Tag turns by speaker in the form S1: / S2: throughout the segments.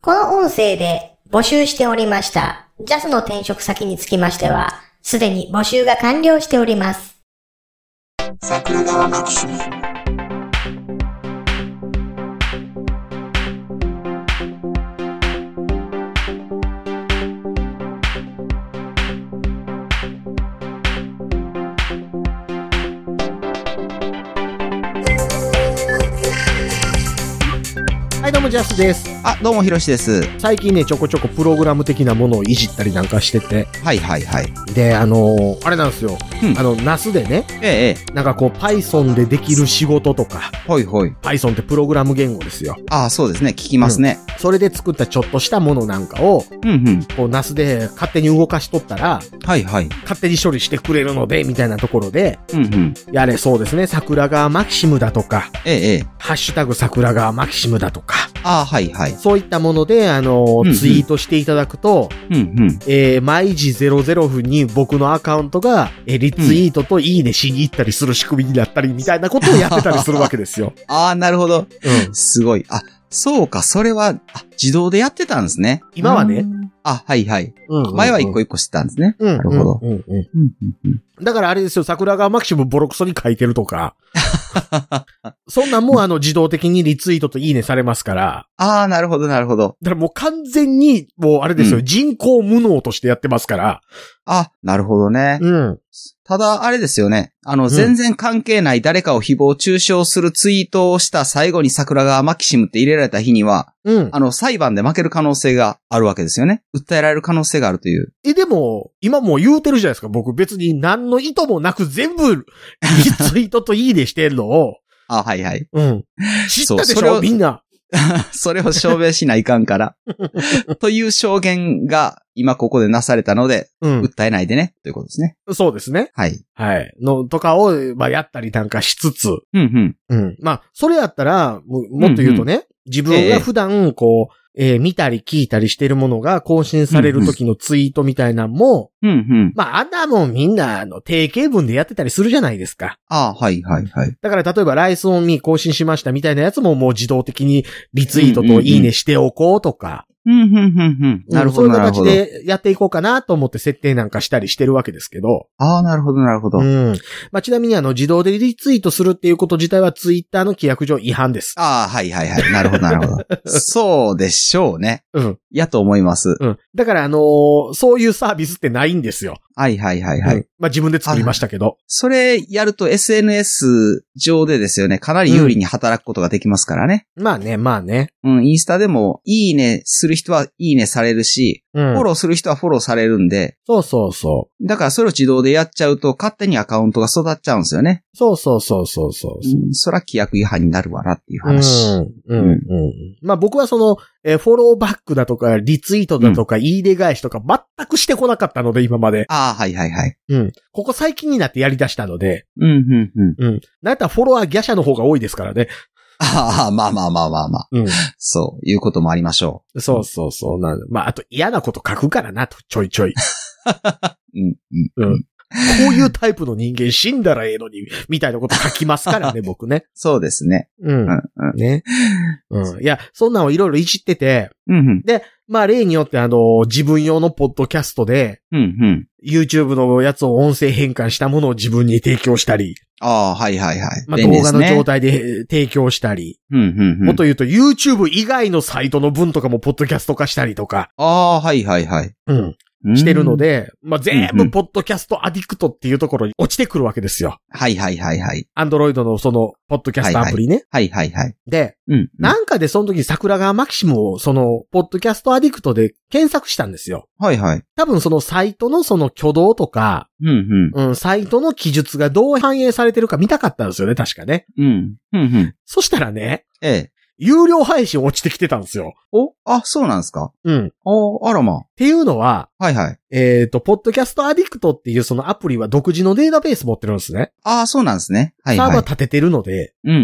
S1: この音声で募集しておりました JAS の転職先につきましては、すでに募集が完了しております。
S2: 桜川マキシム
S3: はい、どうも、ジャスです。
S4: あ、どうも、ひろしです。
S3: 最近ね、ちょこちょこプログラム的なものをいじったりなんかしてて。
S4: はいはいはい。
S3: で、あのーあれなんですよ。
S4: うん
S3: あの、ナスでね、
S4: ええ、え
S3: なんかこう、Python でできる仕事とか、
S4: え。はいはい。
S3: Python ってプログラム言語ですよ。
S4: ああ、そうですね。聞きますね。
S3: それで作ったちょっとしたものなんかを、
S4: うん、うん、
S3: こう、ナスで勝手に動かしとったら、
S4: はいはい。
S3: 勝手に処理してくれるので、みたいなところで、
S4: うん、うん。
S3: やれそうですね、桜川マキシムだとか、
S4: ええ、ええ。
S3: ハッシュタグ桜川マキシムだとか、
S4: ああ、はいはい。
S3: そういったもので、あのー
S4: うんうん
S3: ツイートしていただくと、
S4: うん、うん。
S3: えー、毎時00分に僕のアカウントが、えーリツイートといいねしに行ったりする仕組みになったりみたいなことをやってたりするわけですよ。
S4: ああ、なるほど。
S3: うん。
S4: すごい。あ、そうか、それは、あ、自動でやってたんですね。
S3: 今はね。
S4: あ、はいはい。
S3: うんうん
S4: 前は一個一個してたんですね。
S3: うん。
S4: なるほど
S3: うんうんう
S4: うん、うん、うん。
S3: んだからあれですよ、桜川マキシムボロクソに書いてるとか。そんなんもうあの自動的にリツイートといいねされますから。
S4: ああ、なるほど、なるほど。
S3: だからもう完全に、もうあれですよ、
S4: う
S3: 人工無能としてやってますから。
S4: あ、なるほどね。
S3: うん。
S4: ただ、あれですよね。あの、
S3: ん
S4: 全然関係ない誰かを誹謗中傷するツイートをした最後に桜川マキシムって入れられた日には、
S3: うん。
S4: あの、裁判で負ける可能性があるわけですよね。訴えられる可能性があるという。
S3: え、でも、今もう言うてるじゃないですか。僕別に何の意図もなく全部、リツイートといいねしてんのを。
S4: あ、はいはい。
S3: うん。知っ
S4: そ
S3: たで
S4: うそ
S3: し
S4: れ
S3: ょ
S4: を
S3: みんな。
S4: それを証明しないかんから。 という証言が今ここでなされたので、
S3: うん。
S4: 訴えないでね、ということですね。
S3: そうですね。
S4: はい。
S3: はい。の、とかを、まあ、やったりなんかしつつ。
S4: うんうん。
S3: うん。まあ、それやったら、ももっと言うとね、自分が普段、こう、えー見たり聞いたりしてるものが更新される時のツイートみたいなんも、
S4: うんうん。
S3: まあ、あんなもんみんな、あの、定型文でやってたりするじゃないですか。
S4: あはいはいはい。
S3: だから、例えば、ライスオンミー更新しましたみたいなやつももう自動的にリツイートといいねしておこうとか、
S4: うんうんうんうん。なるほど
S3: うんそうい
S4: な
S3: う
S4: るほど。
S3: 形でやっていこうかなと思って設定なんかしたりしてるわけですけど、
S4: ああ、なるほどなるほど。
S3: うん。まあ、ちなみにあの、自動でリツイートするっていうこと自体はツイッターの規約上違反です。
S4: ああ、はいはいはい。なるほどなるほ ど。そうでしょうね。
S3: うん。
S4: やと思います。
S3: うん。だからあのーそういうサービスってないんですよ。
S4: はいはいはいは
S3: う
S4: い
S3: ん。まあ、自分で作りましたけど。
S4: それやると SNS 上でですよね、かなり有利に働くことができますからね。
S3: まあね、まあね。
S4: うん、インスタでも、いいねする人はいいねされるし、
S3: うん
S4: フォローする人はフォローされるんで、
S3: そうそうそ
S4: だからそれを自動でやっちゃうと、勝手にアカウントが育っちゃうんですよね。
S3: う。そうそうそうそうそう。
S4: うん、そら規約違反になるわなっていう
S3: うん、
S4: 話。
S3: うん、うん。まあ僕はその、えーフォローバックだとか、リツイートだとか、いいね返しとか、全くしてこなかったので、今まで。
S4: ああ、はいはいはい。
S3: うん。ここ最近になってやり出したので、
S4: うん、うん、うん。
S3: うん。なんやったらフォロワーギャシャの方が多いですからね。
S4: ああ、まあまあまあまあまあ。
S3: うん。
S4: そういうこともありましょ
S3: そうそうそうなん。まあ、あと嫌なこと書くからなと、ちょいちょい。こ
S4: う。うん、う、
S3: うんんういうタイプの人間死んだらええのに、みたいなこと書きますからね、僕ね。
S4: そうですね。う
S3: う
S4: んん、う。ん。
S3: ね。うん。いや、そんなんをいろいろいじってて、
S4: うん、うん、
S3: まあ例によってあの、自分用のポッドキャストで、
S4: うん、うん。
S3: YouTube のやつを音声変換したものを自分に提供したり、
S4: ああ、はいはいはい。
S3: まあ、
S4: 便利
S3: 動
S4: で
S3: 画
S4: す
S3: の
S4: ね
S3: 状態で提供したり、
S4: うん、うん、う
S3: もっ
S4: ん。
S3: と言うと YouTube 以外のサイトの分とかもポッドキャスト化したりとか、
S4: ああ、はいはいはい。
S3: うん、
S4: うん
S3: してるの。で、まあ、
S4: う
S3: 全
S4: んう
S3: 部
S4: ん
S3: ポッドキャストアディクトっていうところに落ちてくるわけですよ。
S4: はいはいはいはい。
S3: アンドロイドのその、ポッドキャストアプリね。
S4: はいはいはい。
S3: で、
S4: うんうん。
S3: なんかでその時桜川マキシムをその、ポッドキャストアディクトで検索したんですよ。
S4: はいはい。
S3: 多分そのサイトのその挙動とか、
S4: うん、うん。
S3: うん、サイトの記述がどう反映されてるか見たかったんですよね、確かね。
S4: うん。うん、うん。
S3: そしたらね、
S4: ええ。
S3: 有料配信落ちてきてたんですよ。
S4: おあ、そうなんですか
S3: うん。っ
S4: ああ、あらま。
S3: ていうのは、
S4: はいはい。
S3: えっ、と、ポッドキャストアディクトっていうそのアプリは独自のデータベース持ってるんですね。
S4: ああ、そうなんですね。はい
S3: サー
S4: は
S3: バー
S4: い。
S3: 立ててるので、
S4: うんう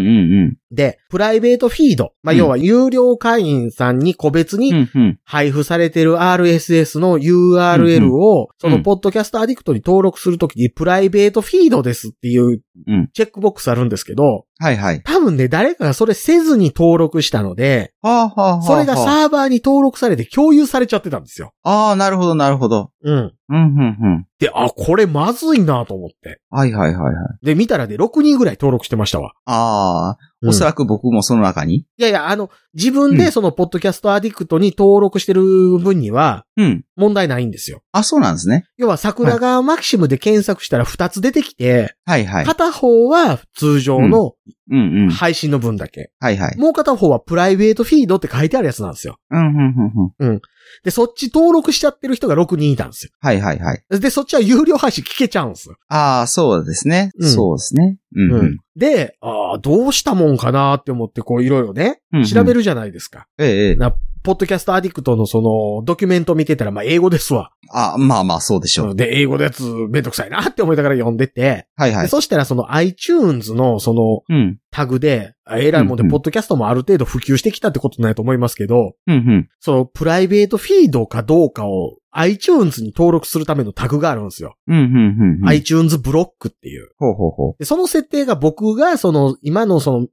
S4: ん
S3: で、プライベートフィード。まあ、
S4: うん
S3: 要は有料会員さんに個
S4: う
S3: 別
S4: ん。う
S3: に
S4: んうん。
S3: 配布されてる RSS の URL を、そのポッドキャストアディクトに登録するときにプライベートフィードですっていう
S4: うん
S3: チェックボックスあるんですけど、
S4: はいはい。
S3: 多分ね、誰かがそれせずに登録したので、
S4: はあはあはあはあ。
S3: それががサーバーに登録されて共有されちゃってたんですよ。
S4: ああ、なるほど、なるほど。
S3: うん。
S4: うん、うん、うん。
S3: で、あ、これまずいなと思って。
S4: はいはいはいはい。
S3: で、見たらで6人ぐらい登録してましたわ。
S4: ああ、
S3: うん
S4: おそらく僕もその中に。
S3: いやいや、あの、自分でその、ポッドキャストアディクトに登録してる分には、
S4: うん。
S3: 問題ないんですよ。
S4: あ、そうなんですね。
S3: 要は、桜川マキシムで検索したら2つ出てきて、
S4: はいはい。
S3: 片方は通常の
S4: うんうん。
S3: 配信の分だけ。
S4: はいはい。
S3: もう片方はプライベートフィードって書いてあるやつなんですよ。
S4: うん、うん、うん、うん。
S3: で、そっち登録しちゃってる人が6人いたんです
S4: はいはいはい。
S3: よ。で、そっちは有料配信聞けちゃうんですよ。
S4: ああ、そうですね。
S3: うん
S4: そうですね。うん、う
S3: うんん。で、ああ、どうしたもんかなって思って、こういろいろね
S4: うんうん、
S3: 調べるじゃないですか。
S4: ええええ。
S3: なポッドキャストアディクトのその、ドキュメント見てたら、まあ、英語ですわ。
S4: あ、まあまあ、そうでしょう。
S3: で、英語のやつめんどくさいなって思いながら読んでて、
S4: はいは
S3: で
S4: い。
S3: そしたらその iTunes のその
S4: うん。
S3: タグで、あえらいもんで、
S4: うんうん
S3: ポッドキャストもある程度普及してきたってことないと思いますけど、
S4: うん、うん。
S3: そのプライベートフィードかどうかを iTunes に登録するためのタグがあるんですよ。
S4: うん、うん、うん。。
S3: iTunes ブロックっていう。
S4: ほうほうほ
S3: で、その設定が僕がその今のその、うん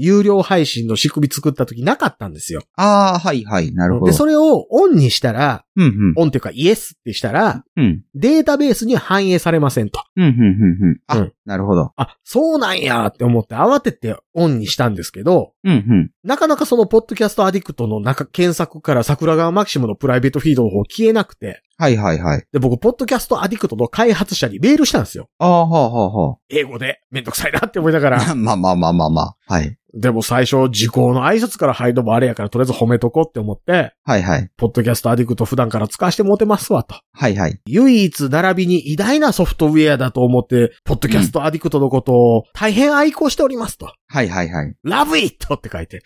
S3: 有料配信の仕組み作った時なかったんですよ。
S4: う。ああ、はいはい。なるほど。
S3: で、それをオンにしたら、
S4: うん、うん。
S3: オンっていうかイエスってしたら、
S4: うん。
S3: データベースには反映されませんと。
S4: うん、うん、うん、うん。
S3: う
S4: あ
S3: ん、
S4: なるほど。
S3: あ、そうなんやって思って慌ててオンにしたんですけど、
S4: うん、うん。
S3: なかなかそのポッドキャストアディクトの中、検索から桜川マキシムのプライベートフィードの方消えなくて、
S4: はいはいはい。
S3: で、僕、ポッドキャストアディクトの開発者にメールしたんですよ。
S4: ああ、はあ、はあ、 は
S3: 英語で、めんどくさいなって思いな がら。
S4: あ。まあまあまあまあまあ。はい。
S3: でも最初、時効の挨拶から入るのもあれやから、とりあえず褒めとこうって思って、
S4: はいはい。
S3: ポッドキャストアディクト普段から使わせてもうてますわと。
S4: はいはい。
S3: 唯一並びに偉大なソフトウェアだと思って、ポッドキャストアディクトのことを大変愛好しておりますと。
S4: はいはいはい。
S3: Love it! って書いて。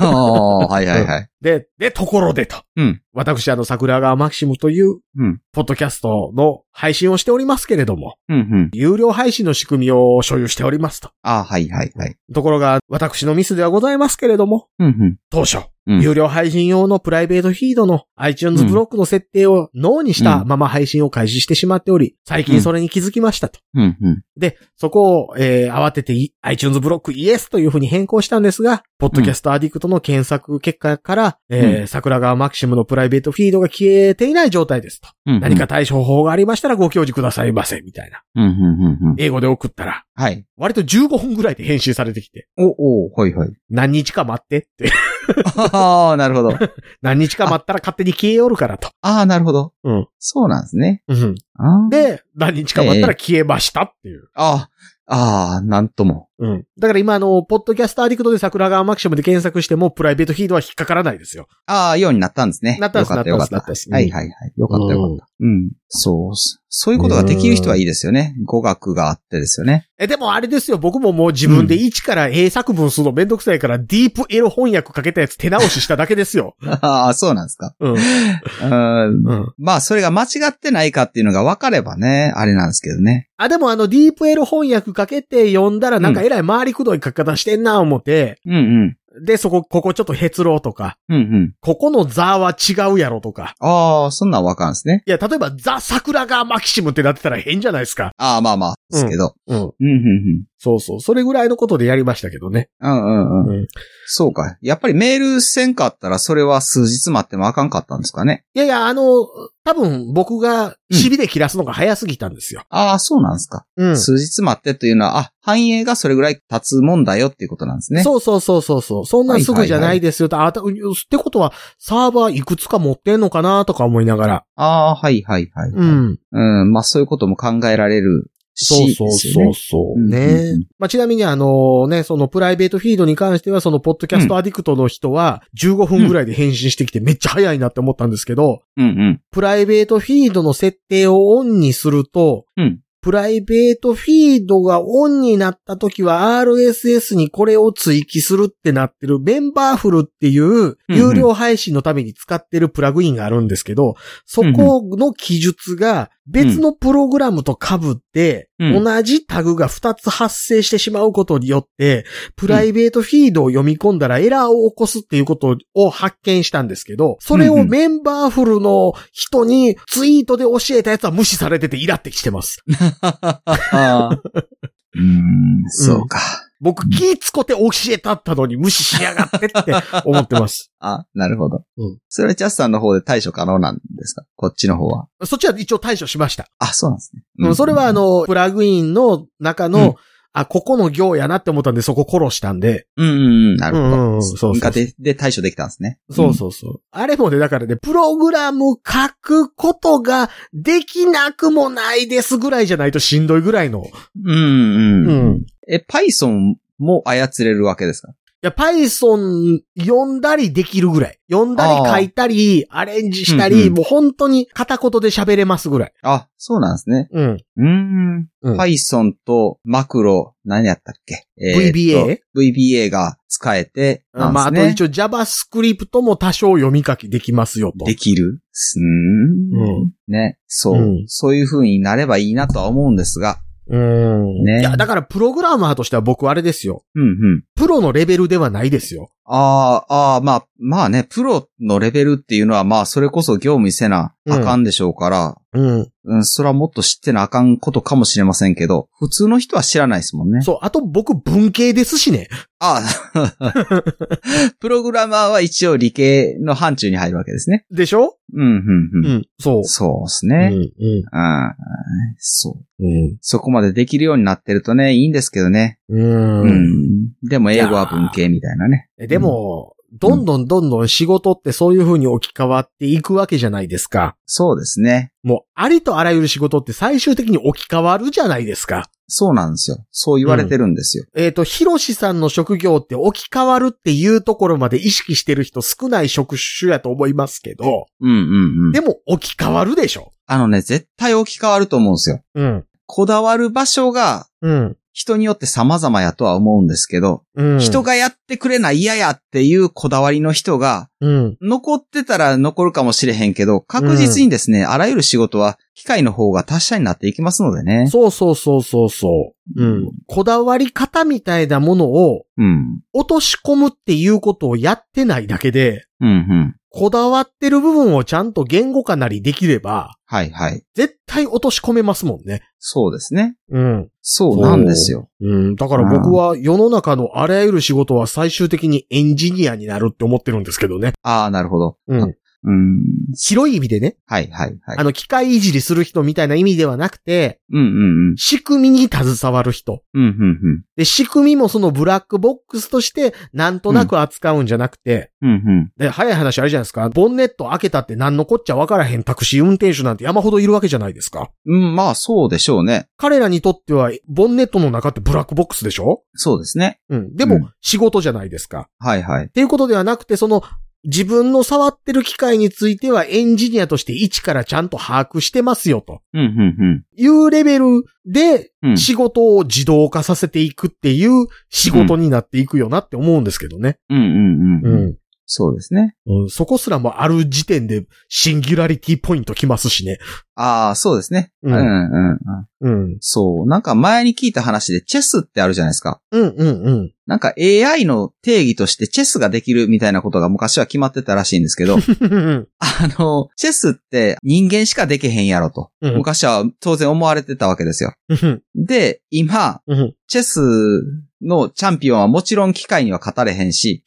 S4: ああ、はいはいはい。
S3: で、で、ところでと。
S4: うん。
S3: 私、あの、桜川マキシムという、
S4: うん。
S3: ポッドキャストの配信をしておりますけれども、
S4: うん、うん。
S3: 有料配信の仕組みを所有しておりますと。
S4: ああ、はいはいはい。
S3: ところが、私のミスではございますけれども、
S4: うん、うん。
S3: 当初、
S4: うん
S3: 有料配信用のプライベートフィードの iTunes ブロックの設定をノーにしたまま配信を開始してしまっており、最近それに気づきましたと。
S4: うん、うん。
S3: で、そこを、えー慌ててい iTunes ブロックイエスというふうに変更したんですが、ポッドキャストアディクトの検索結果から、えー桜川マキシムのプライベートフィードが消えていない状態ですと。
S4: うん
S3: 何か。対処法がありましたらご教示くださいませ、みたいな。
S4: うん、うん、うん、うん。
S3: 英語で送ったら、
S4: はい。
S3: 割と15分ぐらいで返信されてきて、
S4: お、お、はいはい。
S3: 何日か待ってって、
S4: ああ、なる ほど。
S3: 何日か待ったら勝手に消えよるからと。
S4: ああ、なるほど。
S3: うん。
S4: そうなんですね。
S3: うん
S4: あー、
S3: で、何日か待ったら消えましたっていう。
S4: ああ、ああ、なんとも。
S3: うん。だから今、あの、ポッドキャストアディクトで桜川マキシムで検索しても、プライベートフィードは引っかからないですよ。
S4: ああ、ようになったんですね。
S3: なったんです
S4: よかった
S3: な
S4: よ
S3: った
S4: か
S3: ん
S4: っ
S3: です
S4: た。はいはいはい。よかったよかった。うん。そうっす。そういうことができる人はいいですよね。語学があってですよね。
S3: え、でもあれですよ、僕ももう自分で一から英作文するのめんどくさいから、ディープエロ翻訳かけたやつ手直ししただけですよ。
S4: ああ、そうなんですか。
S3: うん。
S4: うん。
S3: うん。
S4: まあ、それが間違ってないかっていうのが分かればね、あれなんですけどね。
S3: あ、でもあの、ディープエロ翻訳かけて読んだら、なんかえらい回りくどい書き方してんな、思って、
S4: うんうん。
S3: で、そこ、ここちょっとへつろうとか、
S4: うんうん。
S3: ここのザは違うやろとか。
S4: ああ、そんなん分かるんですね。
S3: いや、例えば、ザ・桜川マキシムってなってたら変じゃないですか。
S4: ああ、まあまあ、ですけど。
S3: うん。
S4: うんうん
S3: そうそう。それぐらいのことでやりましたけどね。
S4: うん。うんうんうん。
S3: うん
S4: そうか。やっぱりメールせんかったら、それは数日待ってもあかんかったんですかね。
S3: いやいや、あの、多分僕が、シビで切らすのが早すぎたんですよ。
S4: ああ、そうなんですか。
S3: うん
S4: 数日待ってというのは、あ、繁栄がそれぐらい経つもんだよっていうことなんですね。
S3: そうそうそうそうそう。そんなんすぐじゃないですよと。あたってことは、サーバーいくつか持ってんのかなとか思いながら。
S4: ああ、はいはいはい。
S3: う。ん。
S4: うん、まあそういうことも考えられるし。
S3: そうそう
S4: ですよ
S3: そう
S4: ね
S3: そう。
S4: うんうん
S3: ね
S4: うん
S3: まあ、ちなみにあのね、そのプライベートフィードに関しては、そのポッドキャストアディクトの人は、15分ぐらいで返信してきてめっちゃ早いなって思ったんですけど、
S4: うんうん。
S3: プライベートフィードの設定をオンにすると、
S4: うん
S3: プライベートフィードがオンになった時は RSS にこれを追記するってなってるメンバーフルっていう
S4: うん
S3: 有料配信のために使ってるプラグインがあるんですけど、そこの記述が別のプログラムと被って、
S4: うん
S3: 同じタグが2つ発生してしまうことによって、プライベートフィードを読み込んだらエラーを起こすっていうことを発見したんですけど、それ
S4: うんう
S3: を
S4: ん
S3: メンバーフルの人にツイートで教えたやつは無視されててイラってきてます。
S4: ああ。うーん、そうか。
S3: 僕気ぃつこて教えたったのに無視しやがって って思ってます。
S4: あ、なるほど。
S3: うん
S4: それはジャスさんの方で対処可能なんですかこっちの方は。
S3: そっちは一応対処しました。
S4: あ、そうなんですね。
S3: うんそれはあ、の、プラグインの中の、
S4: うん
S3: あ、ここの行やなって思ったんで、そこ殺したんで。
S4: うんうんうん、なるほど。
S3: うんうんうんそうそうそう
S4: 文化でで対処できたんですね。
S3: そうそうそう。あれもね、だからね、プログラム書くことができなくもないですぐらいじゃないとしんどいぐらいの。
S4: うん。うんうん。
S3: うん。
S4: え、Python も操れるわけですか
S3: いや、Python 読んだりできるぐらい。読んだり書いたり、アレンジしたり、
S4: うんうん
S3: もう本当に片言で喋れますぐらい。
S4: あ、そうなんですね。
S3: うん。
S4: うーん。
S3: うん
S4: Python とマクロ、何やったっけ、
S3: VBA？
S4: VBA?VBA が使えてなんです、ね、
S3: まあ、あと一応 JavaScript も多少読み書きできますよと。
S4: できるすーん
S3: う
S4: ね。そう、
S3: うん
S4: そういう風になればいいなとは思うんですが。
S3: うん。
S4: ね
S3: いや、だからプログラマーとしては僕あれですよ。
S4: うんうん。
S3: プロのレベルではないですよ。
S4: ああ、ああ、まあ、まあね、プロのレベルっていうのは、まあ、それこそ業務にせなあかんでしょうから、
S3: うん。
S4: うん、それはもっと知ってなあかんことかもしれませんけど、普通の人は知らないですもんね。
S3: そう、あと僕文系ですしね。
S4: ああ、 プログラマーは一応理系の範疇に入るわけですね。
S3: でしょ
S4: うん、うん、
S3: う
S4: うん。
S3: ん。そう。
S4: そうです
S3: う
S4: ね。
S3: ん。う
S4: うん、そう。
S3: ん。
S4: そこまでできるようになってるとね、いいんですけどね。
S3: うん。
S4: う
S3: うん。
S4: ん。でも英語は文系みたいなね。
S3: でも、どんどんどんどん仕事ってそういう風に置き換わっていくわけじゃないですか。
S4: そうですね。
S3: もう、ありとあらゆる仕事って最終的に置き換わるじゃないですか。
S4: そうなんですよ。そう言われてるんですよ。
S3: えっ、と、ヒロシさんの職業って置き換わるっていうところまで意識してる人少ない職種やと思いますけど、
S4: うん、うん、うん
S3: で。も置き換わるでしょ。
S4: あのね、絶対置き換わると思うんですよ。
S3: うん。
S4: こだわる場所が
S3: うん。
S4: 人によって様々やとは思うんですけど、
S3: うん。
S4: 人がやってくれない嫌やっていうこだわりの人が、
S3: うん。
S4: 残ってたら残るかもしれへんけど、確実にですね、あらゆる仕事は機械の方が達者になっていきますのでね。
S3: そうそうそうそうそう。うん。こだわり方みたいなものを
S4: うん。
S3: 落とし込むっていうことをやってないだけで、
S4: うん、うん。
S3: こだわってる部分をちゃんと言語化なりできれば、
S4: はい、はい。
S3: 絶対落とし込めますもんね。
S4: そうですね。
S3: うん。
S4: そうなんですよ。
S3: うん、だから僕は世の中のあらゆる仕事は最終的にエンジニアになるって思ってるんですけどね。
S4: ああ、なるほど。
S3: うん。
S4: うん。
S3: 広い意味でね、
S4: はい、はい、はい
S3: あ。の、機械いじりする人みたいな意味ではなくて、
S4: うん、うん、うん。
S3: 仕組みに携わる人。
S4: うん、うん、
S3: で、仕組みもそのブラックボックスとしてなんとなく扱うんじゃなくて、
S4: うん。うん、うん。
S3: で、早い話あれじゃないですか。ボンネット開けたって何のこっちゃわからへんタクシー運転手なんて山ほどいるわけじゃないですか。
S4: うん、まあ、そうでしょうね。
S3: 彼らにとっては、ボンネットの中ってブラックボックスでしょ
S4: そうですね。
S3: うん。で
S4: う
S3: も
S4: ん、
S3: 仕事じゃないですか。
S4: はい、はい
S3: っ。ていうことではなくて、その、自分の触ってる機械についてはエンジニアとして一からちゃんと把握してますよと
S4: うん、うん、
S3: いうレベルで
S4: うん。うん。
S3: 仕事を自動化させていくっていう仕事になっていくよなって思うんですけどね。
S4: うん、うん、うん。そうですね。
S3: うんそこすらもある時点でシンギュラリティポイントきますしね。
S4: ああ、そうですね。う
S3: う
S4: んん、うん、うん。
S3: うん。
S4: そう。なんか前に聞いた話でチェスってあるじゃないですか。
S3: うんうんうん。
S4: なんか AI の定義としてチェスができるみたいなことが昔は決まってたらしいんです けど、あの、チェスって人間しかできへんやろと。
S3: うん
S4: 昔は当然思われてたわけですよ。で、今、チェスのチャンピオンはもちろん機械には勝たれへんし、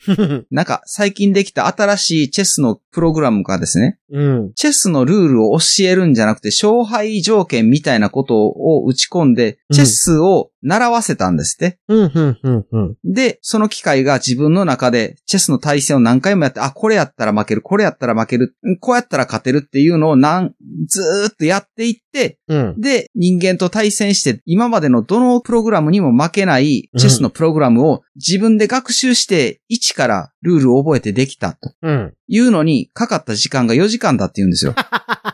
S4: なんか最近できた新しいチェスのプログラムがですね、
S3: うん。
S4: チェスのルールを教えるんじゃなくて勝敗条件みたいなことを打ち込んで、
S3: うん
S4: チェスを習わせたんですって。
S3: うんうんうんうん。
S4: で、その機械が自分の中でチェスの対戦を何回もやって、あ、これやったら負ける、これやったら負ける、うんこうやったら勝てるっていうのをなん、ずーっとやっていって、
S3: うん。
S4: で、人間と対戦して、今までのどのプログラムにも負けないチェスのプログラムを自分で学習して、一からルールを覚えてできたと
S3: うん。
S4: いうのに、かかった時間が4時間だって言うんです よ。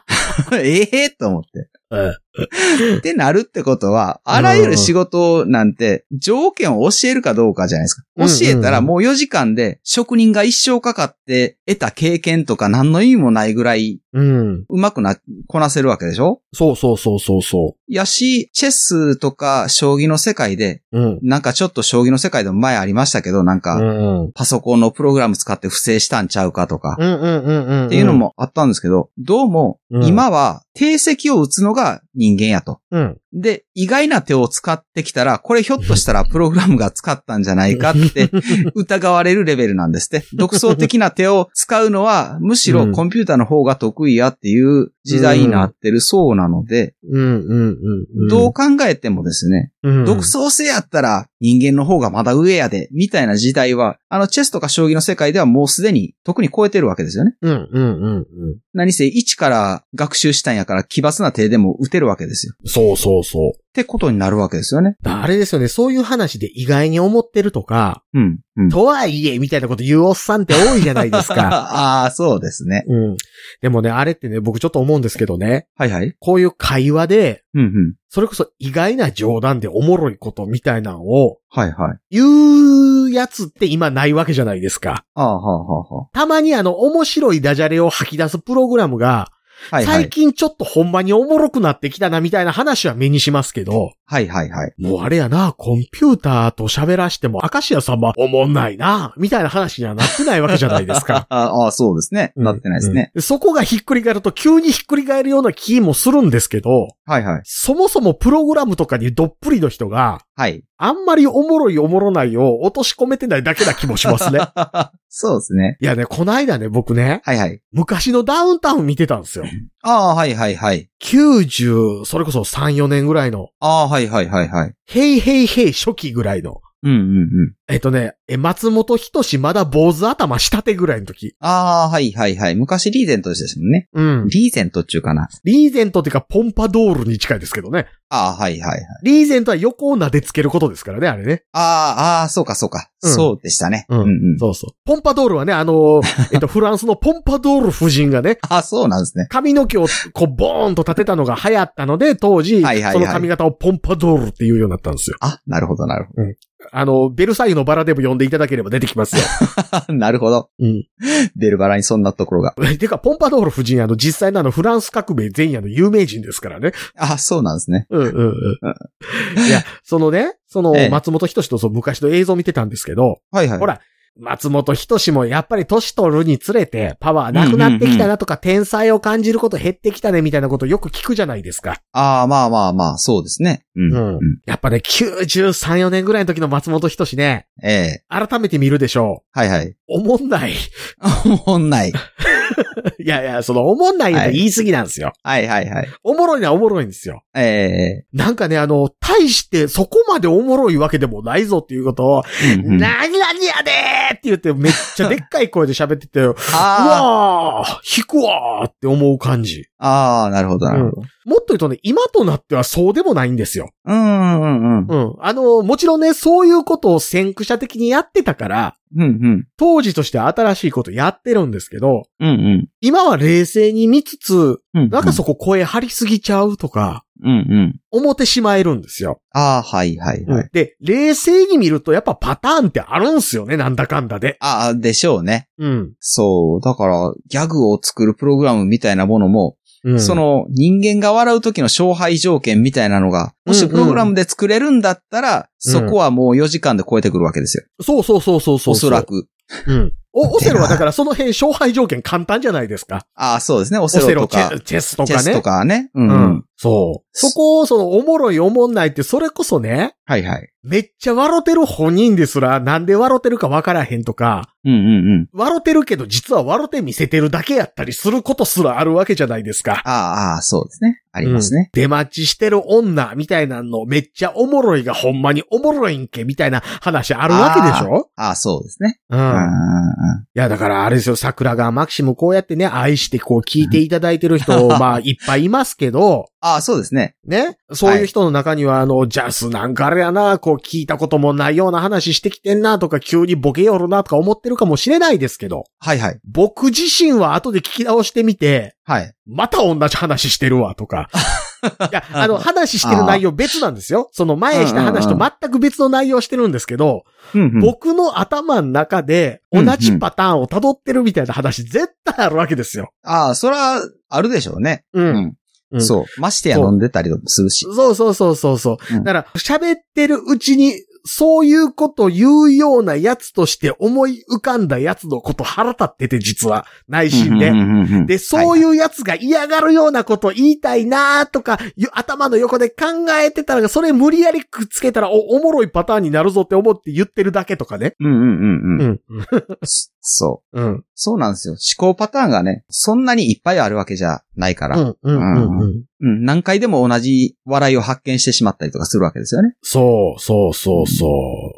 S4: ええと思って。ってなるってことは、あらゆる仕事なんて条件を教えるかどうかじゃないですか。
S3: うん
S4: 教えたらもう4時間で職人が一生かかって得た経験とか何の意味もないぐらい
S3: うん。
S4: うまくな、こなせるわけでしょ
S3: そうそうそうそうそ
S4: やし、チェスとか将棋の世界で、
S3: う。うん。
S4: なんかちょっと将棋の世界でも前ありましたけど、なん
S3: う
S4: か
S3: ん。
S4: パソコンのプログラム使って不正したんちゃうかとか、
S3: うんうんうんうん。
S4: っていうの。もあったんですけど、どうも
S3: うん
S4: 今は定石を打つのが人間やと。
S3: うん。
S4: で、意外な手を使ってきたら、これひょっと したらプログラムが使ったんじゃないかって疑われるレベルなんですって。独創的な手を使うのは、むしろコンピューターの方が得意やっていう時代になってるそうなので、
S3: うん、うん、うん。
S4: どう考えてもですね、
S3: うん、
S4: 独創性やったら人間の方がまだ上やで、みたいな時代は、あのチェスとか将棋の世界ではもうすでに特に超えてるわけですよね。
S3: うん、うん、うん、うん。
S4: 何せ一から学習したんやから奇抜な手でも打てるわけですよ。っ
S3: そうそうそう。
S4: てことになるわけですよね。
S3: だからあれですよね、そういう話で意外に思ってるとか、
S4: うん。うん、
S3: とはいえ、みたいなこと言うおっさんって多いじゃないです か。
S4: ああ、そうですね。
S3: うん。でもね、あれってね、僕ちょっと思うんですけどね、
S4: はいはい。
S3: こういう会話で、
S4: うんうん。
S3: それこそ意外な冗談でおもろいことみたいなのを
S4: はいはい。
S3: 言うやつって今ないわけじゃないですか。
S4: ああ、はあはあは
S3: たまにあの面白いダジャレを吐き出すプログラムが、
S4: あ。はいは
S3: 最
S4: い。
S3: 近ちょっとほんまにおもろくなってきたなみたいな話は目にしますけど、
S4: はいはいはい。。
S3: もうあれやな、コンピューターと喋らしても、アカシア様おもんないな、みたいな話にはなってないわけじゃないですか
S4: あああ、そうですね。 なってないですね。
S3: うん。そこがひっくり返ると急にひっくり返るような気もするんですけど、
S4: はいはい。
S3: そもそもプログラムとかにどっぷりの人が、
S4: はい。
S3: あんまりおもろいおもろないを落とし込めてないだけな気もしま すね。
S4: そうですね。
S3: いやね、この間ね、僕ね、
S4: はいはい。
S3: 昔のダウンタウン見てたんですよ。
S4: ああ、はいはいはい。
S3: 90、それこそ3、4年ぐらいの、
S4: ああ、はいはいはいはい。
S3: ヘイヘイヘイ初期ぐらいの、
S4: うんうんうん。
S3: えっとね、え松本人志まだ坊主頭したてぐらいの時。
S4: ああ、はいはいはい。昔リーゼントでしたもんね。
S3: うん。
S4: リーゼントっちゅうかな。
S3: リーゼントっていうかポンパドールに近いですけどね。
S4: ああ、はいはいはい。
S3: リーゼントは横を撫でつけることですからね、あれね。
S4: ああ、ああ、そうかそうか。
S3: うん
S4: そうでしたね。
S3: うん
S4: うん。
S3: そうそう。ポンパドール はね、あの、えっと、フランスのポンパドール夫人がね、
S4: ああ、そうなんですね。
S3: 髪の毛をこう、ボーンと立てたのが流行ったので、当時、
S4: はいはいはい
S3: その髪型をポンパドールっていうようになったんですよ。
S4: あ、なるほどなるほ
S3: あの、ベルサイユのバラでも呼んでいただければ出てきますよ。
S4: ど。なるほど。
S3: うん。
S4: 出るバラにそんなところが。
S3: てか、ポンパドール夫人、あの、実際のあの、フランス革命前夜の有名人ですからね。
S4: ああ、そうなんですね。
S3: うんうんうん。いや、そのね、その
S4: ええ、
S3: 松本人志とその昔の映像を見てたんですけど、
S4: はいはい。
S3: ほら松本人志もやっぱり年取るにつれて、パワーなくなってきたなとか、天才を感じること減ってきたねみたいなことよく聞くじゃないですか。
S4: ああ、まあまあまあ、そうですね。うん。
S3: うん
S4: うん
S3: やっぱね、93、4年ぐらいの時の松本人志ね、
S4: ええ
S3: 改めて見るでしょう。
S4: はいはい。
S3: おもんない。
S4: おもんない。
S3: いやいや、そのおもんないって言い過ぎなんですよ。
S4: はいはいはい。
S3: おもろいのはおもろいんですよ。
S4: ええ
S3: なんかね、あの、大してそこまでおもろいわけでもないぞっていうことを、
S4: うんうん
S3: なになにやでーって言ってめっちゃでっかい声で喋ってて、う
S4: あ
S3: わー引くわーって思う感じ。
S4: あ、ああ、なるほどなるほど。
S3: もっと言うとね、今となってはそうでもないんですよ。
S4: うんうんうん。
S3: うん。あの、もちろんね、そういうことを先駆者的にやってたから、
S4: うんうん。
S3: 当時として新しいことやってるんですけど、
S4: うんうん。
S3: 今は冷静に見つつ、
S4: うんうん
S3: なんかそこ声張りすぎちゃうとか、
S4: うんうん。
S3: 思ってしまえるんですよ。
S4: ああ、はいはいはい。
S3: で、冷静に見るとやっぱパターンってあるんすよね、なんだかんだで。
S4: ああ、でしょうね。
S3: うん。
S4: そう。だから、ギャグを作るプログラムみたいなものも、
S3: うん、
S4: そ、の人間が笑う時の勝敗条件みたいなのが、も
S3: うん
S4: し
S3: うん
S4: プログラムで作れるんだったら、
S3: うん
S4: そこはもう4時間で超えてくるわけですよ。
S3: そうそうそうそうそう。
S4: おそら。く。
S3: うん。お、オセロはだからその辺勝敗条件簡単じゃないですか。
S4: ああ、そうですね。オ
S3: オセ
S4: セロ
S3: ロ、
S4: と
S3: チ
S4: か、
S3: ェチェスと
S4: チェ
S3: か
S4: ス
S3: ね。
S4: とかね。うん。
S3: うん。そう。そこを、その、おもろいおもんないって、それこそね、
S4: はいはい。
S3: めっちゃ笑ってる本人ですら、なんで笑ってるかわからへんとか、
S4: うんうんうん。
S3: 笑ってるけど実は笑って見せてるだけやったりすることすらあるわけじゃないですか。
S4: ああ、ああそうですね。ありますね。
S3: 出待ちしてる女みたいなのめっちゃおもろいがほんまにおもろいんけみたいな話あるわけでしょ
S4: ああ、そうですね。
S3: う
S4: うんうん
S3: ん。
S4: うん
S3: いや、だからあれですよ、桜川マキシムこうやってね、愛してこう聞いていただいてる人、まあいっぱいいますけど、
S4: ああ、そうですね。
S3: ね。そういう人の中には、あの、ジャスなんかあれやな、こう聞いたこともないような話してきてんなとか、急にボケよるなとか思ってるかもしれないですけど、
S4: はいはい。
S3: 僕自身は後で聞き直してみて、
S4: はい。
S3: また同じ話してるわとか。いや、あの、 話してる内容別なんですよ。その前した話と全く別の内容してるんですけど、
S4: うんうん
S3: 僕の頭の中で同じパターンを辿ってるみたいな話絶対あるわけですよ。
S4: ああ、そら、あるでしょうね。
S3: う。
S4: うんん。
S3: うん
S4: そう。ましてや
S3: そう
S4: 飲んでたりもするし。
S3: そうそうそうそうそうう。
S4: ん
S3: だから、喋ってるうちに、そういうこと言うようなやつとして思い浮かんだやつのこと腹立ってて、実は、内心で。で、そういうやつが嫌がるようなこと言いたいなーとか、よ頭の横で考えてたら、それ無理やりくっつけたら、お、おもろいパターンになるぞって思って言ってるだけとかね。
S4: うんうんうんうん。
S3: ん。
S4: そう。
S3: うん。
S4: そうなんですよ。思考パターンがね、そんなにいっぱいあるわけじゃないか
S3: う
S4: ら、
S3: ん。うん。うん。
S4: うん、何回でも同じ笑いを発見してしまったりとかするわけですよね。
S3: そう、そう、そう、そ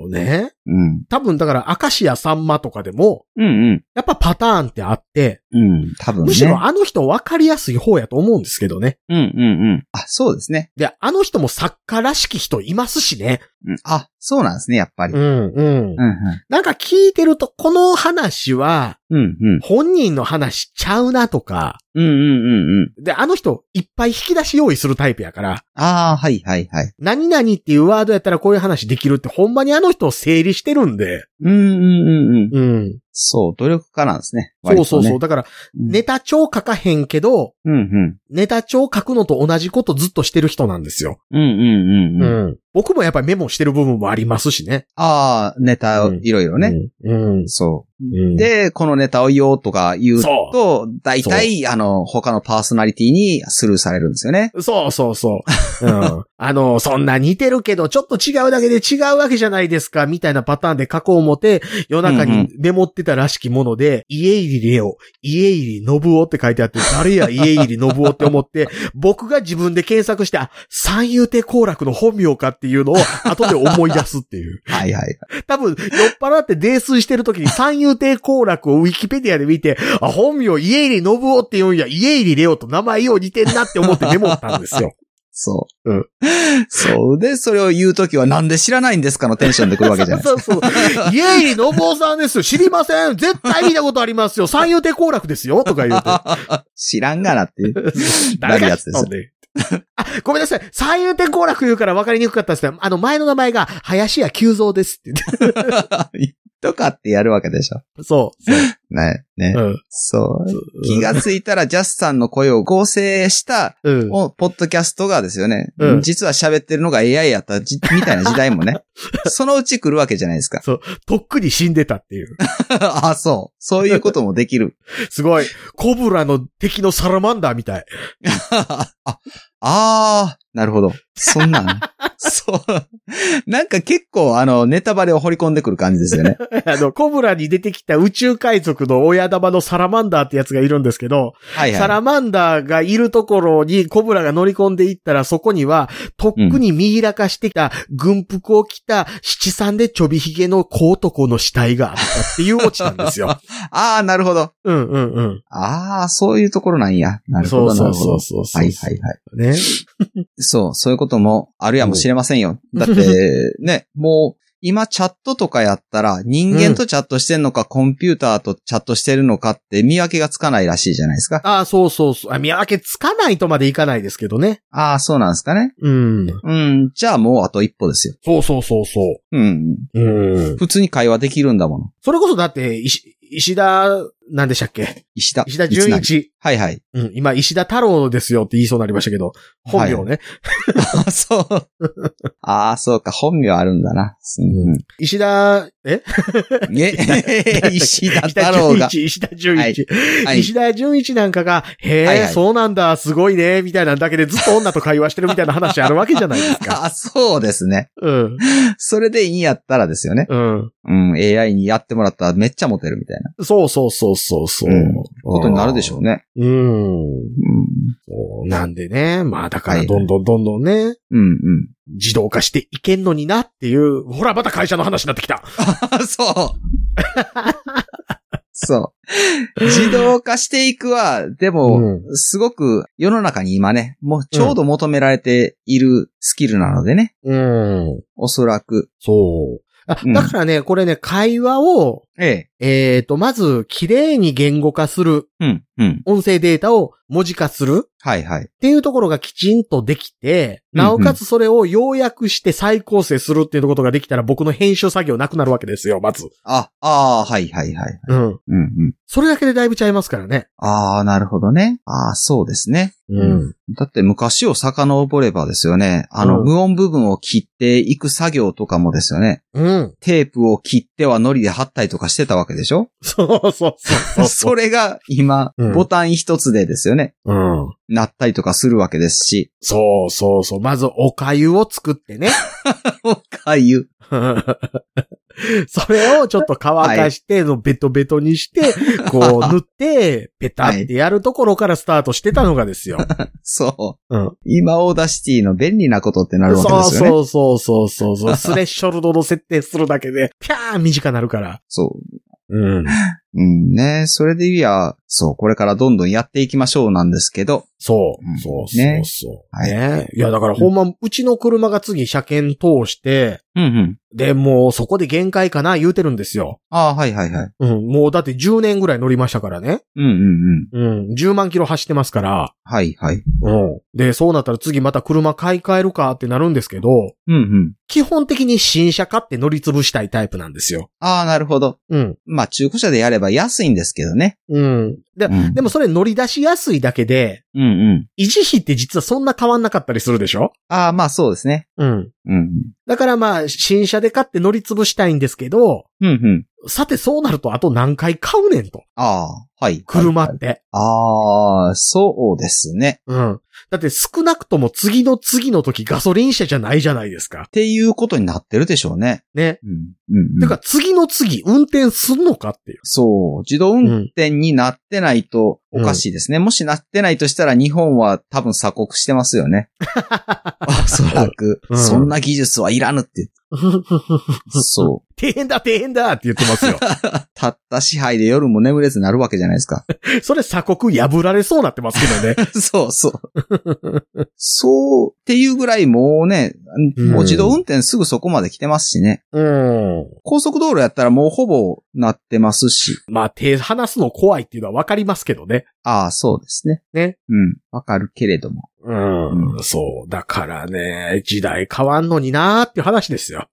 S3: う。ね。
S4: うん。
S3: 多分だから、アカシアさんまとかでも、
S4: うん
S3: やっぱパターンってあって、
S4: うん。うん。多分ね。
S3: むしろあの人分かりやすい方やと思うんですけどね。
S4: うんうんうん。あ、そうですね。
S3: で、あの人も作家らしき人いますしね。
S4: うん、あ、そうなんですね、やっぱり。うん、
S3: ん、うん。
S4: う
S3: なんか聞いてると、この話は、
S4: ん。うん、うん。
S3: 本人の話ちゃうなとか、
S4: うん、うん、うん、うん。
S3: で、あの人、いっぱい引き出し用意するタイプやから、
S4: ああ、はい、はい、はい。
S3: 何々っていうワードやったらこういう話できるって、ほんまにあの人を整理してるんで。
S4: うん、うん、うん、うん。
S3: うん。
S4: そう、努力家なんですね。
S3: そうそうそう。
S4: う。
S3: だか
S4: う
S3: ら、
S4: ん
S3: ネタ帳書かへんけど、
S4: うん、うん。
S3: ネタ帳書くのと同じことずっとしてる人なんですよ。
S4: うん、うん、うん。うん、
S3: ん。僕もやっぱりメモしてる部分もありますしね。
S4: ああ、ネタを、いろいろね。
S3: うん。うん。
S4: そうう。で、このネタを言おうとか言うと、大
S3: そ
S4: 体、あの、他のパーソナリティにスルーされるんですよね。
S3: そうそうそ う。うん。あの、そんな似てるけど、ちょっと違うだけで違うわけじゃないですか、みたいなパターンで過去を持て、夜中
S4: うんう
S3: に
S4: ん
S3: メモってたらしきもので、家入りレオ、家入り信夫って書いてあって、誰や家入り信夫って思 って、僕が自分で検索して、あ、三遊亭好楽の本名かっていうのを後で思い出すっていう。
S4: はいはい。
S3: 多分、酔っ払って泥酔してる時に三遊亭好楽をウィキペディアで見て、あ、本名家入り信夫って言うんや、家入りレオと名前よう似てんなって思ってメモった んですよ。
S4: そう。
S3: うん
S4: そう。で、それを言うときは、なんで知らないんですかのテンションで来るわけじゃ ないですか。
S3: そうそうそう。家入り信夫さんですよ。知りません。絶対見たことありますよ。三遊亭好楽ですよ。とか言うと。
S4: 知らんがな っていう。な
S3: 誰
S4: る
S3: が
S4: や
S3: 知
S4: つで
S3: った
S4: す
S3: んで。あ、ごめんなさい。三遊亭好楽言うから分かりにくかったですね。あの、前の名前が、林家久蔵ですって言って。
S4: とかってやるわけでしょ。
S3: そ
S4: ね。ね
S3: う。。うん。
S4: そう。気がついたら、ジャスさんの声を合成した、
S3: うん。
S4: もうポッドキャストがですよね。
S3: うん
S4: 実は喋ってるのが AI やったじみたいな時代も ね。そのうち来るわけじゃないですか。
S3: とっくに死んでたっていう。
S4: あ、そう。そういうこともできる。
S3: すごい。コブラの敵のサラマンダーみたい。
S4: あ、 あー、なるほど。そんなん。そう。なんか結構、あの、ネタバレを掘り込んでくる感じですよね。
S3: あの、コブラに出てきた宇宙海賊の親玉のサラマンダーってやつがいるんですけど、
S4: はい
S3: サ
S4: は
S3: ラマンダーがいるところにコブラが乗り込んでいったら、そこには、とっくに見開かしてきた軍服を着た七三でちょびひげの小男の死体があったっていうオチなんで すよ。
S4: い。あー、なるほど。
S3: うんうんうん。
S4: ああ、そういうところなんや。なるほ
S3: そ
S4: ど、
S3: う
S4: な
S3: そ
S4: る
S3: う
S4: ほ
S3: そ
S4: ど
S3: う。そうそう。
S4: はいはいはい。
S3: ね。
S4: そう、そういうこともあるやもしれませんよ。だって、ね、もう、今チャットとかやったら、人間とチャットしてんのか、コンピューターとチャットしてるのかって見分けがつかないらしいじゃないですか。
S3: ああ、そうそうそう。あ、見分けつかないとまでいかないですけどね。
S4: ああ、そうなんですかね。
S3: うん。
S4: うん、じゃあもうあと一歩ですよ。
S3: そうそうそうそ
S4: うん。
S3: う。うん。
S4: 普通に会話できるんだもの。
S3: それこそだって、石、石田、なんでしたっけ
S4: 石田。
S3: 石田純
S4: いつなり。
S3: 一。
S4: はいはい。
S3: うん、今、石田太郎ですよって言いそうになりましたけど、本名ね。
S4: はあそう。ああ、そうか、本名あるんだな。うん。
S3: 石田、え
S4: え、 石田
S3: 石田
S4: 太郎
S3: 純
S4: が。
S3: 一、石田純一。
S4: はい
S3: 石田純一なんかが、へえ、
S4: はいはい
S3: そうなんだ、すごいね、みたいなだけでずっと女と会話してるみたいな話あるわけじゃないです か。
S4: あ、そうですね。
S3: うん。
S4: それでいいんやったらですよね。
S3: うん。
S4: うん、AI にやってもらったらめっちゃモテるみたいな
S3: そうそうそうそうそう、
S4: うんことになるでしょうね。
S3: うん。
S4: うん、
S3: そうなんでね。まあだか
S4: は
S3: ら
S4: い
S3: どんどんどんどんね、
S4: うん、うん。
S3: 自動化していけんのになっていう、ほらまた会社の話になってきた。
S4: あそう。 そう。自動化していくは、でも、すごく世の中に今ね、もうちょうど求められているスキルなのでね、
S3: うん。
S4: おそらく。
S3: そう。あ、
S4: うん
S3: だからね、これね、会話を
S4: ええ。
S3: えっ、と、まず、綺麗に言語化する、
S4: うん、うん。
S3: 音声データを文字化するっ
S4: はいはい。
S3: ていうところがきちんとできて、
S4: うんうん
S3: なおかつそれを要約して再構成するっていうことができたら僕の編集作業なくなるわけですよ、まず。
S4: あ、ああ、はいはいはい。
S3: うん。
S4: うんうん。
S3: それだけでだいぶちゃいますからね。
S4: ああ、なるほどね。ああ、そうですね。
S3: うん。
S4: だって昔を遡ればですよね。あの、
S3: うん
S4: 無音部分を切っていく作業とかもですよね。
S3: うん。
S4: テープを切ってはノリで貼ったりとかしてたわけでしょ
S3: そうそうそ う。
S4: そ
S3: れ。
S4: れが今、
S3: うん
S4: ボタン一つでですよね。
S3: うん。
S4: なったりとかするわけですし。
S3: そうそうそう。まず、おかゆを作ってね。
S4: おかゆ。
S3: それをちょっと乾かして、のベトベト にして、こう塗って、ペタってやるところからスタートしてたのがですよ。
S4: そう。
S3: うん
S4: 今、オーダーシティの便利なことってなるわけです
S3: そ
S4: よ
S3: う
S4: ね。そう
S3: そうそうそうそうそう。スレッショルドの設定するだけで、ぴゃーん短くなるから。
S4: そう。
S3: うん。
S4: うんね。それで言えば、そう、これからどんどんやっていきましょうなんですけど。
S3: そう
S4: うん。
S3: そうそう
S4: ね
S3: そう。
S4: はい
S3: ね。いや、だからほんま、うちの車が次車検通して、
S4: うんうん。
S3: で、もうそこで限界かな言うてるんですよ。
S4: ああ、はいはいはい。
S3: うん。もうだって10年ぐらい乗りましたからね。
S4: うんうんうん。
S3: うん。10万キロ走ってますから。
S4: はいはい。
S3: うん。で、そうなったら次また車買い替えるかってなるんですけど、
S4: うんうん。
S3: 基本的に新車買って乗り潰したいタイプなんですよ。
S4: ああ、なるほど。
S3: うん。
S4: まあ、中古車でやれば安いんですけどね。
S3: うん。で、
S4: うん
S3: でもそれ乗り出しやすいだけで、
S4: うんうん。
S3: 維持費って実はそんな変わんなかったりするでしょ
S4: ああ、まあそうですね。
S3: うん。
S4: うん。
S3: だからまあ、新車で買って乗り潰したいんですけど、
S4: うんうん。
S3: さてそうなるとあと何回買うねんと。
S4: ああ、はい。
S3: 車って。
S4: ああ、そうですね。
S3: うん。だって少なくとも次の次の時ガソリン車じゃないじゃないですか
S4: っ。ていうことになってるでしょうね。
S3: ね。
S4: うん。うん、
S3: てか次の次運転すんのかっていう。
S4: そう、自動運転になってないとおかしいですね。もしなってないとしたら日本は多分鎖国してますよ ね。おそらく、
S3: うん
S4: そんな技術はいらぬ って。そ
S3: 大変だ、大変だって言って ますよ。
S4: う。たった支配で夜も眠れずなるわけじゃないです か。
S3: それ鎖国破られそうなってますけどね。
S4: そうそう。 そう、っていうぐらいもうね、もう自動運転すぐそこまで来てますしね。
S3: う
S4: 高速道路やったらもうほぼなってますし。
S3: ん。まあ、手離すの怖いっていうのはわかりますけどね。
S4: ああ、そうですね。
S3: ね。
S4: うん。わかるけれど も。
S3: うん。そう。だからね、時代変わんのになーっていう話ですよ。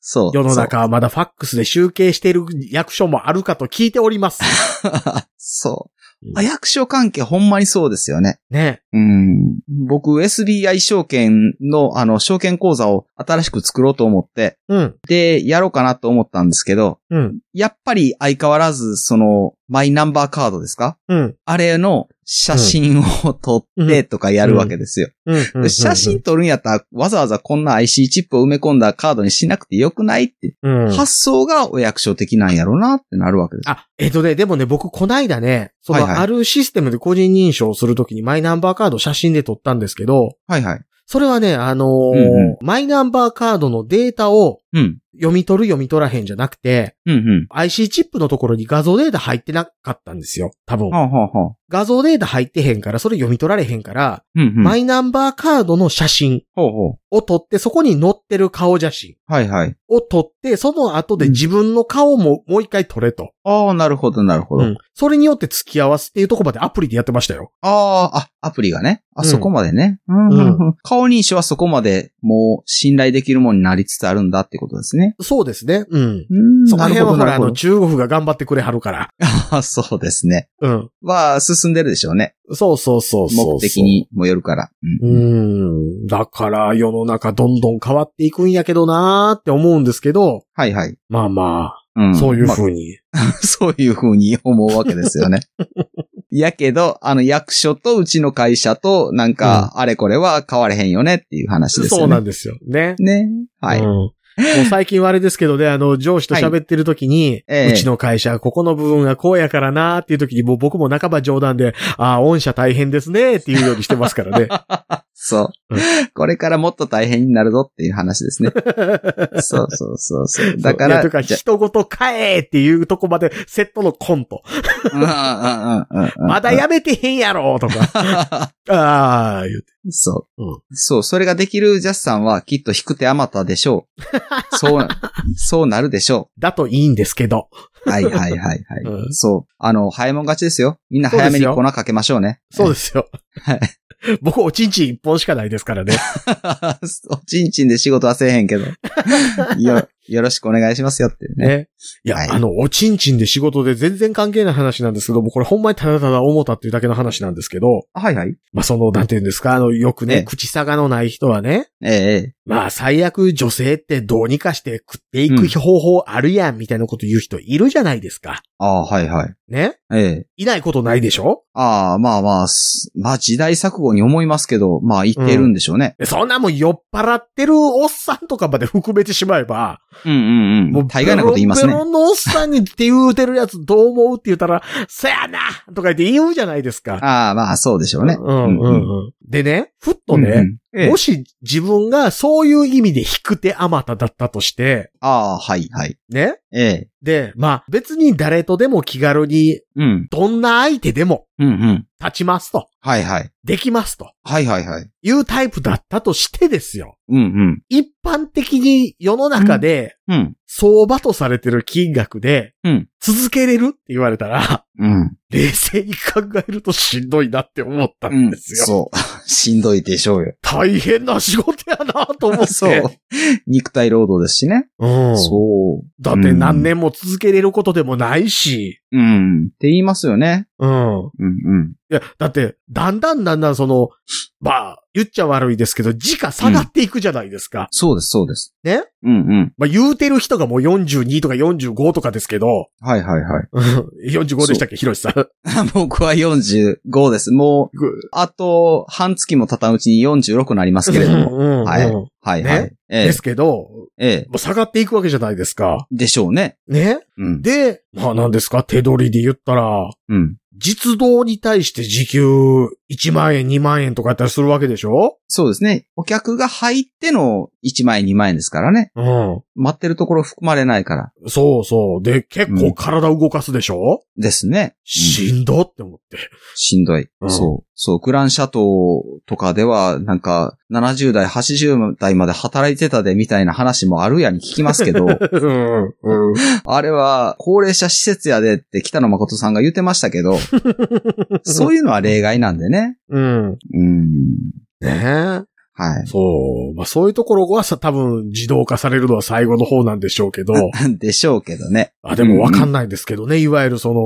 S4: そう。
S3: 世の中はまだファックスで集計している役所もあるかと聞いており ます。
S4: そう。 そう
S3: うん
S4: あ役所関係ほんまにそうですよね。
S3: ね。
S4: うん。僕、SBI 証券の、あの、証券口座を新しく作ろうと思って、
S3: うん。
S4: で、やろうかなと思ったんですけど、
S3: うん。
S4: やっぱり相変わらず、その、マイナンバーカードですか
S3: うん。
S4: あれの写真を撮ってとかやるわけですよ。
S3: うん。
S4: で写真撮るんやったら、わざわざこんな IC チップを埋め込んだカードにしなくてよくないって
S3: うん。
S4: 発想がお役所的なんやろうなってなるわけです。
S3: あ、えっとね、でもね、僕、こないだね、そ
S4: はいは
S3: の、
S4: い
S3: あるシステムで個人認証をするときにマイナンバーカードを写真で撮ったんですけど、
S4: はいはい。
S3: それはね、あのー
S4: うんう
S3: マイナンバーカードのデータを
S4: うん。
S3: 読み取る読み取らへんじゃなくて、
S4: うんうん。
S3: IC チップのところに画像データ入ってなかったんですよ。多分
S4: は。あ、はあはあ、
S3: 画像データ入ってへんから、それ読み取られへんから、
S4: うんうん。
S3: マイナンバーカードの写真
S4: ほうほう。
S3: を撮って、そこに載ってる顔写真
S4: はいはい。
S3: を撮って、その後で自分の顔ももう一回撮れと。
S4: ああ、なるほど、なるほ
S3: う
S4: ど。
S3: ん。それによって付き合わすっていうところまでアプリでやってましたよ。
S4: ああー、あ、アプリがね。あ、
S3: うん
S4: そこまでね。うんうんうん顔認証はそこまでもう信頼できるものになりつつあるんだってことですね。
S3: そうですね。うん。
S4: うん
S3: その辺はほら、
S4: なるほどな
S3: あ
S4: るほ
S3: の、
S4: ど
S3: 中国が頑張ってくれはるから。
S4: あー そうですね。
S3: うん。
S4: は、進んでるでしょうね。
S3: そうそうそうそうそう。
S4: 目的にもよるから。
S3: うーん。だから世の中どんどん変わっていくんやけどなーって思うんですけど、
S4: はいはい。
S3: まあま
S4: うん
S3: あ、そういう
S4: まあ
S3: 風に。
S4: そういうふうに思うわけですよね。 やけど、あの、役所とうちの会社と、なんか、あれこれは変われへんよねっていう話ですよね。
S3: そうなんですよ。ね。
S4: ね。はい。
S3: うんもう最近はあれですけどね、あの、上司と喋ってる時に、
S4: ええ
S3: うちの会社、ここの部分がこうやからなーっていう時に、もう僕も半ば冗談で、ああ、御社大変ですねーっていうようにしてますからね。
S4: そう
S3: うん。
S4: これからもっと大変になるぞっていう話 ですね。そうそうそうそう。 だか
S3: いや
S4: ら、
S3: とか、
S4: じゃ
S3: 人ごとえっていうとこまでセットのコント。
S4: うんうんうんうんうん
S3: まだやめてへんやろ とか。ああ、言うて。
S4: そう、
S3: うん
S4: そう、それができるジャスさんはきっと引く手あまたでしょ う。そう、そうなるでしょ
S3: だといいんですけど。
S4: う。はいはいはいはい。
S3: うん
S4: そう。あの、早いもん勝ちですよ。みんな早めに粉かけましょうね。
S3: そうですよ。
S4: はい。
S3: 僕、おちんちん一本しかないですからね。
S4: おちんちんで仕事はせえへん けど。よ、よろしくお願いしますよって いうね。
S3: ね。いや、
S4: はい
S3: あの、おちんちんで仕事で全然関係ない話なんですけども、これほんまにただただ思ったっていうだけの話なんですけど、
S4: はいはい。
S3: まあ、その、なんていうんですか、あの、よく
S4: え
S3: ね、
S4: え
S3: 口差がのない人はね、
S4: えええ
S3: まあ、最悪女性ってどうにかして食っていく方法あるやん、みたいなこと言う人いるじゃないですか。
S4: ああ、はいはい。
S3: ね
S4: ええ
S3: いないことないでしょ
S4: ああ、まあまあ、すまあ時代錯誤に思いますけど、まあ言ってるんでしょうね。
S3: でそんなもん酔っ払ってるおっさんとかまで含めてしまえば、
S4: うんうんうん。
S3: もう
S4: 大概なこと言います
S3: ベ
S4: ね
S3: ロ。ンベロンのおっさんにって言うてるやつどう思うって言ったら、そやなとか言って言うじゃないですか。
S4: ああ、まあそうでしょうね。
S3: うんうんうん。でね、ふっとね、
S4: うんうんええ
S3: もし自分がそういう意味で引く手あまただったとして、
S4: ああ、はいはい。
S3: ね。
S4: ええ。
S3: で、まあ別に誰とでも気軽に、
S4: うん。
S3: どんな相手でも
S4: うんうん。
S3: 立ちますと、
S4: はいはい。
S3: できますと
S4: はいはいはい。
S3: いうタイプだったとしてですよ。
S4: うん
S3: 一般的に世の中で
S4: うん。うん。
S3: 相場とされてる金額で
S4: うん、
S3: 続けれるって言われたら、
S4: うん。
S3: 冷静に考えるとしんどいなって思ったんです
S4: そ
S3: よ。
S4: う。 しんどいでしょうよ。
S3: 大変な仕事やなと思って。
S4: そう。肉体労働ですしね。
S3: うん
S4: そう。
S3: だって何年も続けれることでもないし、
S4: うん。って言いますよね。
S3: うん。
S4: うん
S3: いや、だって、だんだんだんだんその、まあ、言っちゃ悪いですけど、時価下がっていくじゃないですか。
S4: そうです、そうです。
S3: ね
S4: うんうん。
S3: まあ、言うてる人がもう42とか45とかですけど、
S4: はいはいはい。
S3: 45でしたっけ、ひろしさん。
S4: 僕は45です。もう、あと、半月も経たんうちに46になりますけれども。
S3: うんうん
S4: はい
S3: うん
S4: はいはい。
S3: ね
S4: ええ
S3: ですけど、
S4: ええ。
S3: もう下がっていくわけじゃないですか。
S4: でしょうね。
S3: ね。
S4: うん。
S3: で、まあ何ですか、手取りで言ったら、
S4: うん。
S3: 実動に対して時給1万円、2万円とかやったりするわけでしょ
S4: そうですね。お客が入っての1万円2万円ですからね。
S3: うん。
S4: 待ってるところ含まれないから。
S3: そうそう。で、結
S4: う
S3: 構
S4: ん
S3: 体動かすでしょ、
S4: ですね。うん
S3: しんどって思って。
S4: しんどい、
S3: うん
S4: そう。そう。グランシャトーとかでは、なんか、70代、80代まで働いてたで、みたいな話もあるやに聞きます けど、
S3: うん。うん。
S4: あれは、高齢者施設やでって北野誠さんが言ってましたけ ど、そういうのは例外なんでね。
S3: うん。
S4: うん。
S3: ね
S4: は
S3: え。そう。まあそういうところはさ、多分自動化されるのは最後の方なんでしょうけ ど、
S4: い。 でしょうけどね。
S3: あ、でもわかんないですけどね、いわゆるその、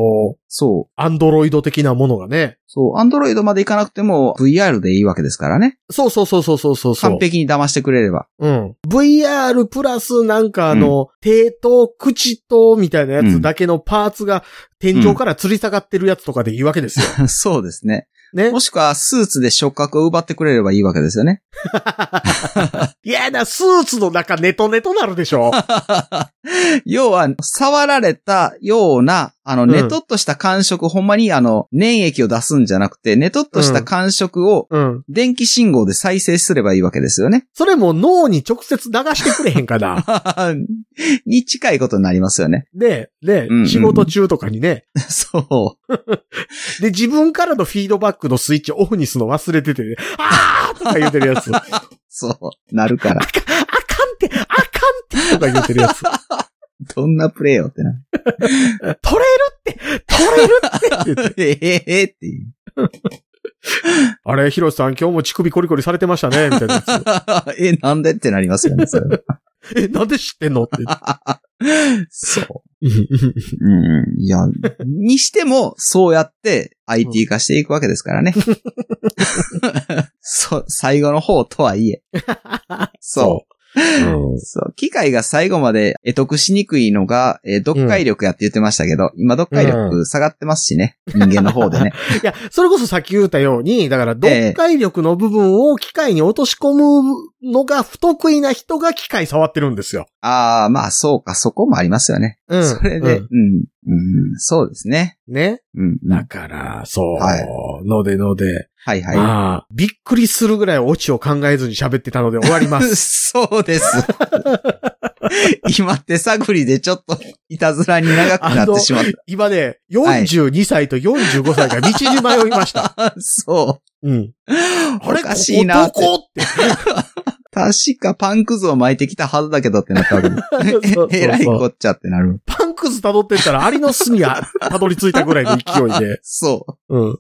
S4: そう。
S3: アンドロイド的なものがね。
S4: そう。アンドロイドまでいかなくても、VR でいいわけですからね。
S3: そうそうそうそうそうそうそう。
S4: 完璧に騙してくれれば。
S3: うん。VR プラスなんかあの、手と口とみたいなやつだけのパーツが天井から吊り下がってるやつとかでいいわけです よ。
S4: そうですね。
S3: ね
S4: も。しくは、スーツで触覚を奪ってくれればいいわけですよね。
S3: いやな、スーツの中ネトネトなるで しょ。
S4: 要は、触られたような、あの、
S3: ん
S4: ネトっとした感触、ほんまに、あの、粘液を出すんじゃなくて、ネトっとした感触を、
S3: うん。
S4: 電気信号で再生すればいいわけですよね。
S3: それも脳に直接流してくれへん かな。
S4: に近いことになりますよね。
S3: で、で、
S4: うんうん
S3: 仕事中とかにね。
S4: そう。
S3: で、自分からのフィードバックのスイッチオフにするの忘れてて、あーとか言うてるやつ。あかん
S4: そう。なるから。
S3: って、あかんってとか言うてるや つ。
S4: どんなプレイよってな。
S3: 取れるって取れるってって言って
S4: えええっていう。
S3: あれ、ヒロシさん、今日も乳首コリコリされてましたね、みたいなやつ。
S4: え、なんでってなりますよね、それは。
S3: え、なんで知ってんのって。
S4: そう。うん。いや、にしても、そうやって IT 化していくわけですからね。 そう、最後の方とはいえ。そう。
S3: うん。
S4: そう。機械が最後まで得得しにくいのが、えー読解力やって言ってましたけど、今読解力下がってますしね。人間の方でね。
S3: いや、それこそさっき言ったように、だから、読解力の部分を機械に落とし込むのが不得意な人が機械触ってるんですよ。
S4: ああ、まあそうか、そこもありますよね。
S3: うん
S4: それで、
S3: う
S4: うん、うん、そうですね。
S3: ね。
S4: うん。
S3: だから、そう。
S4: は
S3: のでので、
S4: はいは
S3: ああびっくりするぐらいオチを考えずに喋ってたので終わりま
S4: い。
S3: す。
S4: そう です。今手探りでちょっといたずらに長くなってしまっ
S3: 今ね、42歳と45歳が道に迷いました。
S4: た。そ
S3: うん。
S4: う。
S3: あれ
S4: おかしいなっ
S3: こ
S4: て。
S3: こどこ
S4: 確かパンくずを巻いてきたはずだけどってなったわけ
S3: そうそうそ う
S4: ええらいこっちゃってなる。
S3: パンくず辿ってったら、アリの巣にあたどり着いたぐらいの勢いで。
S4: そう。
S3: うん。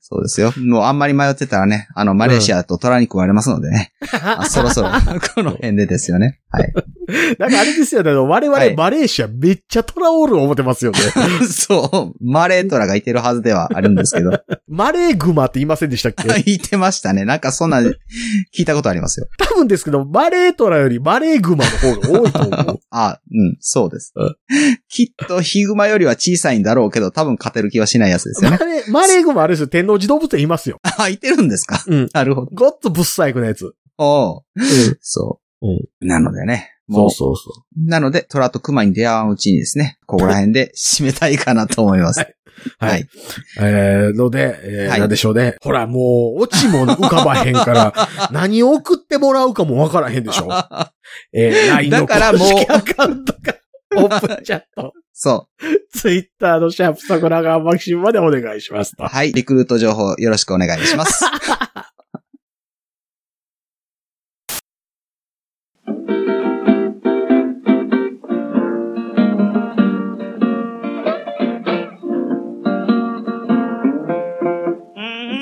S4: そうですよ。もうあんまり迷ってたらね、あの、マレーシアと虎に食われますので ね。あそろそろ、この辺でですよね。はい。
S3: なんかあれですよね、あの我々、
S4: はい
S3: マレーシアめっちゃトラオールを思ってますよね。
S4: そう。マレートラがいてるはずではあるん ですけど。
S3: マレーグマって言いませんでしたっけ
S4: いてましたね。なんかそんな、聞いたことありますよ。
S3: 多分ですけど、マレートラよりマレーグマの方が多いと思う。
S4: あ、うん、そうです
S3: うん。
S4: きっとヒグマよりは小さいんだろうけど、多分勝てる気はしないやつですよ
S3: マ
S4: ね。
S3: レー、マレーグマあれですよ、天王寺動物園いますよ。
S4: あ、いてるんですか
S3: うん
S4: なるほど。
S3: ごっつぶっさいくなやつ。
S4: おうそう。
S3: うん
S4: なのでね。
S3: そ
S4: もう
S3: う、そうそ
S4: なので、虎と熊に出会ううちにですね、ここら辺で締めたいかなと思い ます。
S3: う。
S4: はい。
S3: えー、ので、えー
S4: はい
S3: なんでしょうね。ほら、もう、オチも浮かばへん から、何を送ってもらうかもわからへんでしょ。えー、LINE の
S4: だからもう
S3: 公式アカウントか、オープンチャット、
S4: そ
S3: ツイッターのシャープ桜川マキシムまでお願いします
S4: う。
S3: と。
S4: はい。リクルート情報よろしくお願いします。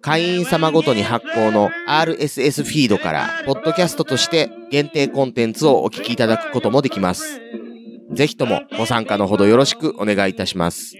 S5: 会員様ごとに発行の RSS フィードから、ポッドキャストとして限定コンテンツをお聞きいただくこともできます。ぜひともご参加のほどよろしくお願いいたします。